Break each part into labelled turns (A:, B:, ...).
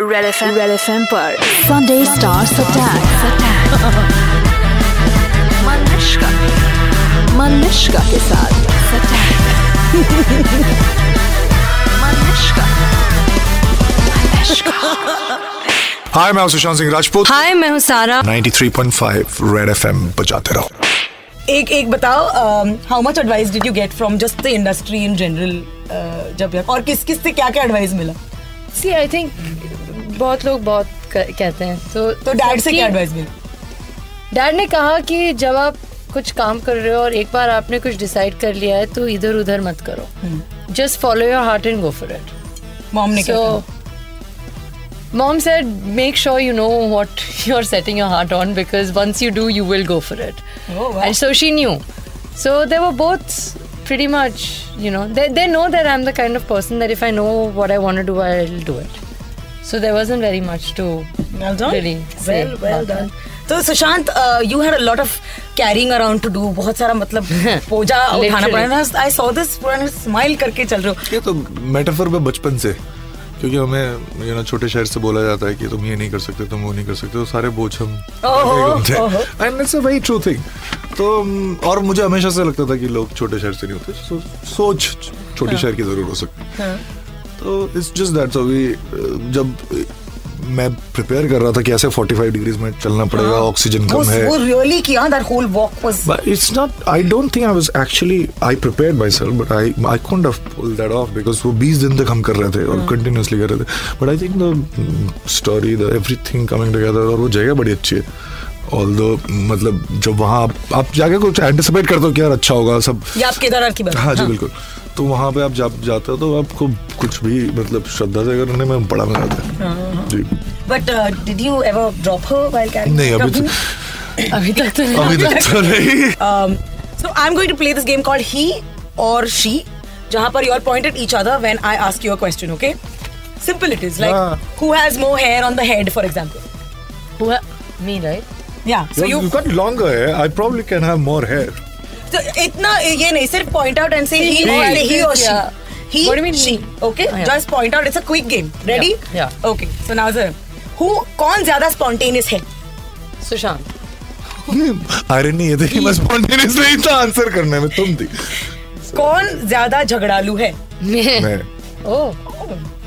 A: Red F M red F M पर Sunday stars attack मनुष्का मनुष्का के साथ अटैक मनुष्का
B: हाय मैं हूं सुशांत सिंह राजपूत
C: हाय मैं हूँ सारा
B: 93.5 रेड एफएम बजाते रहो
D: एक एक बताओ um, how much advice did you get from just the industry in general uh, जब और किस किस से क्या क्या एडवाइस मिला
E: सी आई थिंक बहुत लोग बहुत क- कहते हैं तो
D: तो डैड से
E: सबकी-
D: क्या एडवाइस मिली
E: डैड ने कहा कि जब आप कुछ काम कर रहे हो और एक बार आपने कुछ डिसाइड कर लिया है तो इधर उधर मत करो just follow your heart and go for it
D: mom hmm. ने क्या
E: So, mom said, make sure you know what you're setting your heart on because once you do, you will go for it.
D: Oh, wow.
E: And so she knew. So they were both pretty much, you know, they, they know that I'm the kind of person that if I know what I want to do, I'll do it. So there wasn't very much to.
D: Well done.
E: Really, say
D: Well, well
E: about
D: done. तो Sushant you had a lot of carrying around to do बहुत सारा मतलब बोझा उठाना
E: Literally.
D: पड़ा I saw this smile करके चल रहे हो
B: ये तो मेटाफर में बचपन से क्योंकि हमें यू नो छोटे शहर से बोला जाता है कि तुम ये नहीं कर सकते तुम वो नहीं कर सकते तो सारे बोझ हम
D: ओहो,
B: and it's a very true thing तो um, और मुझे हमेशा से लगता था कि लोग छोटे शहर से नहीं होते सो सोच
D: हाँ।
B: छोटे शहर की जरूर हो सकती है। तो it's just that so we जब uh, मैं प्रिपेयर कर रहा था कि ऐसे 45 डिग्रीज में चलना पड़ेगा ऑक्सीजन
D: हाँ। वो
B: कम है
D: वो रियली किया that whole walk was
B: But it's not. I don't think I was actually. I prepared myself, but I I couldn't have pulled that off because वो 20 दिन तक हम कर रहे थे और continuously कर रहे थे. But I think the mm, story, the everything coming together और वो जगह बड़ी अच्छी है. Although मतलब जब वहाँ आप आप जाके कुछ anticipate करते हो कि यार अच्छा होगा सब.
D: या आप केदारनाथ की बात
B: हाँ जी बिल्कुल. तो वहाँ पे आप जा जाते हो तो आपको कुछ भी मतलब श्रद्धा से करने में बड़ा मजा आता है. जी.
D: But did you ever drop her while carrying
B: नहीं अभी तो-
E: अभी तक तो
B: अभी तक तो नहीं.
D: Um, so I'm going to play this game called He or She, जहाँ पर you are point at each other when I ask you a question, okay? Simple it is. Like,
B: Ah.
D: who has more hair on the head, for example?
E: हुआ me right
D: Yeah. So
B: You've
D: you
B: got longer hair. I probably can have more hair.
D: तो इतना ये नहीं सिर्फ point out and say he or
E: Right.
D: he or she.
E: Yeah.
D: He,
E: What do you mean
D: she?
E: he?
D: Okay.
E: Oh, yeah.
D: Just point out. It's a quick game. Ready?
E: Yeah. Yeah.
D: Okay. So now sir, who कौन ज्यादा spontaneous है?
E: Sushant
B: irony ये थी कि मैं spontaneously था answer करने में तुम थी
D: कौन ज्यादा झगड़ालू है?
B: मैं
E: oh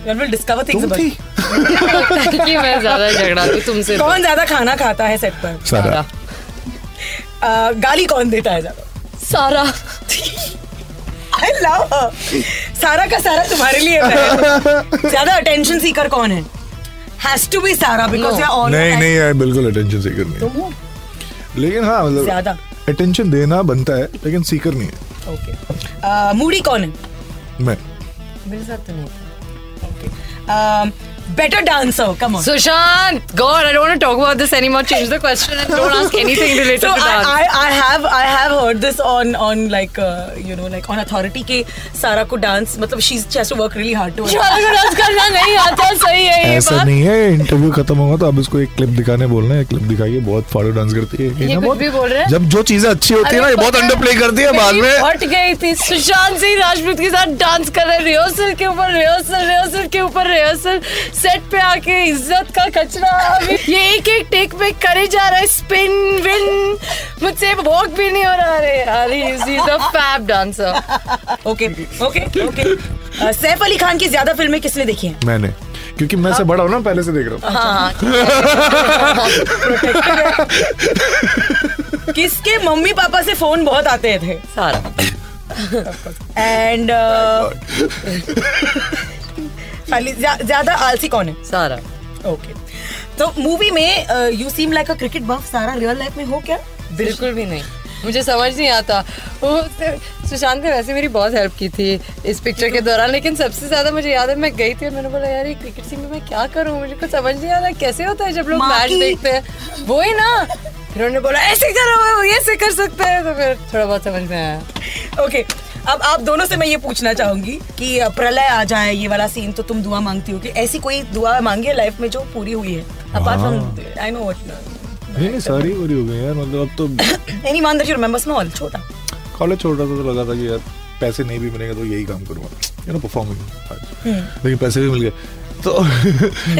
D: One will discover things
B: तुम तो
D: about.
B: थी
D: you.
E: कि मैं ज्यादा झगड़ा तू तुमसे
D: कौन ज्यादा खाना खाता है set पर?
B: सारा
D: Uh, गाली कौन देता है ज्यादा?
E: Sara
D: I love her. सारा का सारा तुम्हारे लिए है। ज्यादा अटेंशन सीकर कौन है has to be Sara because
E: No.
D: You all
B: नहीं नहीं यार बिल्कुल अटेंशन सीकर
E: तो
B: नहीं
D: तुम हो
B: लेकिन हाँ मतलब
D: ज्यादा
B: अटेंशन देना बनता है लेकिन सीकर नहीं है
D: ओके मूडी Uh, कौन है
B: मैं
E: मेरे साथ तो नहीं
D: Um, better dancer come on
E: Sushant god I don't want to talk about this anymore change the question and don't ask anything related
D: So
E: to
D: I,
E: that
D: I I have I have heard this on on like uh, you know like on authority के सारा को dance मतलब she she has to work really hard to
E: शादी को dance करना नहीं आता सही है ये
B: ऐसा
E: बात
B: नहीं है इंटरव्यू खत्म होगा तो अब इसको एक क्लिप दिखाने बोलना है क्लिप दिखाइए बहुत फाड़ू डांस करती है ये ना
E: कुछ भी बोल रहे हैं?
B: जब जो चीजें अच्छी होती है ना ये बहुत अंडर प्ले करती है बाद में
E: हट गई थी सुशांत सिंह राजपूत के साथ डांस कर रहे रिहर्सल के ऊपर रिहर्सल रिहर्सल के ऊपर रिहर्सल सेट पे आके इज्जत का कचरा अभी ये एक एक टेक पे करे जा रहा है स्पिन विन मुझसे वॉक भी नहीं हो रहा रे यार is a fab dancer
D: okay okay okay uh, Saif Ali Khan की ज्यादा फिल्में किसने देखी हैं
B: मैंने क्योंकि मैं से
E: हाँ।
B: बड़ा हूं ना पहले से देख रहा हूँ
D: किसके मम्मी पापा से फोन बहुत आते थे
E: सारा
D: एंड खाली uh, ज्या- ज्यादा आलसी कौन है
E: सारा
D: ओके तो मूवी में uh, you seem like a cricket buff Sara real life में हो क्या
E: बिल्कुल भी नहीं मुझे समझ नहीं आता वो सुशांत ने वैसे मेरी बहुत हेल्प की थी इस पिक्चर के दौरान लेकिन सबसे ज्यादा मुझे याद है मैं गई थी और मैंने बोला यार ये क्रिकेट टीम में मैं क्या करूं मुझे कुछ समझ नहीं आ रहा कैसे होता है जब लोग
D: माँ
E: मैच
D: की-
E: देखते हैं वो ही ना फिर उन्होंने बोला ऐसे करो ये ऐसे कर सकते हैं तो फिर थोड़ा बहुत समझ में आया
D: ओके अब आप दोनों से मैं ये पूछना चाहूंगी कि अ, प्रलय आ जाए ये वाला सीन तो तुम दुआ मांगती हो कि ऐसी कोई दुआ मांगी है लाइफ में जो पूरी हुई है apart from I know what
E: हाँ।
B: नहीं नहीं सारी बुरी हो गई यार मतलब अब तो
D: any one that you remember small छोटा
B: कॉलेज छोड़ रहा था तो लगा था Hmm. कि यार पैसे नहीं भी मिलेंगे तो यही काम करूँगा यू नो परफॉर्मिंग लेकिन पैसे भी मिल गए So, you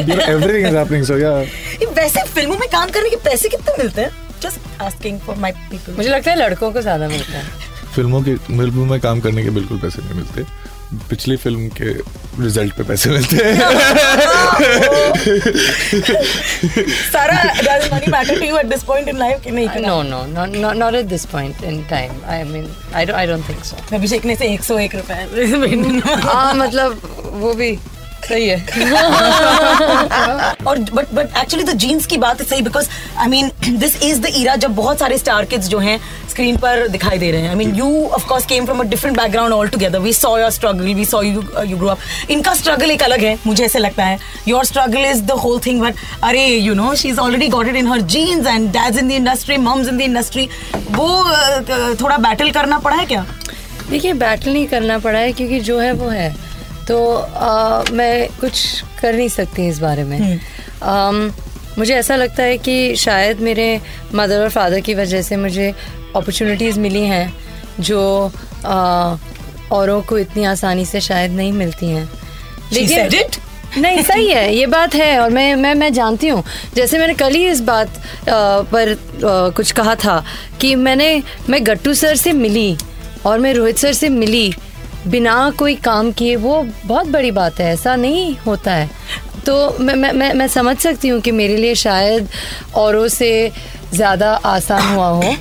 B: know, everything is happening. So, yeah.
D: ये वैसे फिल्मों में काम करने के पैसे कितने मिलते हैं just asking for my people
E: मुझे लगता है लड़कों को ज्यादा मिलता है
B: फिल्मों के फिल्मों में काम करने के बिल्कुल पैसे नहीं मिलते पिछली फिल्म के रिजल्ट पे पैसे मिलते हैं
D: Sara does money matter to you at this point in life कि नहीं कि
E: No, no, not, not, not at this point in time. I mean, I don't, I don't think so.
D: अभिषेक ने से 101 रुपए
E: हाँ मतलब वो भी सही है
D: और but but actually the genes की बात सही because I mean this is the era जब बहुत सारे स्टार किड्स जो हैं स्क्रीन पर दिखाई दे रहे हैं I mean you of course came from a different background all together we saw your struggle we saw you you grow up इनका स्ट्रगल एक अलग है मुझे ऐसे लगता है your struggle is the whole thing but अरे you know she is already got it in her genes and dads in the industry mums in the industry वो अ, थोड़ा बैटल करना पड़ा है क्या
E: देखिए बैटल नहीं करना पड़ा है क्योंकि जो है वो है तो आ, मैं कुछ कर नहीं सकती इस बारे में आम, मुझे ऐसा लगता है कि शायद मेरे मदर और फादर की वजह से मुझे अपॉर्चुनिटीज़ मिली हैं जो आ, औरों को इतनी आसानी से शायद नहीं मिलती हैं
D: said it.
E: नहीं सही है ये बात है और मैं मैं मैं जानती हूँ जैसे मैंने कल ही इस बात अ, पर अ, कुछ कहा था कि मैंने मैं गट्टू सर से मिली और मैं रोहित सर से मिली बिना कोई काम किए वो बहुत बड़ी बात है ऐसा नहीं होता है तो मैं मैं मैं, मैं समझ सकती हूँ कि मेरे लिए शायद औरों से ज़्यादा आसान हुआ हो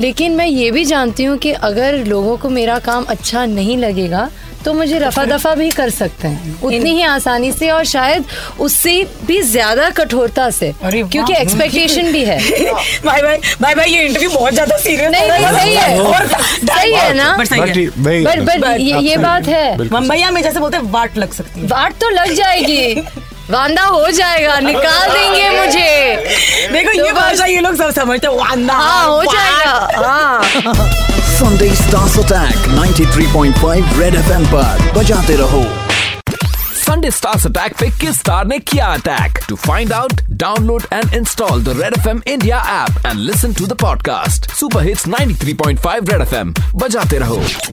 E: लेकिन मैं ये भी जानती हूँ कि अगर लोगों को मेरा काम अच्छा नहीं लगेगा तो मुझे रफा दफा भी कर सकते हैं उतनी ही आसानी से और शायद उससे भी ज्यादा कठोरता से
D: अरे वाह।
E: क्योंकि एक्सपेक्टेशन भी है
D: भाई भाई भाई भाई ये इंटरव्यू बहुत ज्यादा सीरियस
E: नहीं नहीं सही है सही है ना
D: बट सही
B: But
D: है
B: ये- भाई-
E: बट बट ये ये
B: आपसे-
E: बात है
B: बिल्कुल।
D: मुंबईया में जैसे बोलते हैं वाट लग सकती है
E: वाट तो लग जाएगी वांदा हो जाएगा निकाल देंगे मुझे
D: देखो ये भाषा ये लोग सब समझते हैं वांदा
E: तो हाँ हो
D: वाट।
E: जाएगा हाँ
C: Sunday Stars Attack 93.5 Red FM पर बजाते रहो
F: संडे स्टार्स अटैक पे किस स्टार ने किया attack to find out download and install the red F M India app and listen to the podcast super hits 93.5 red F M बजाते रहो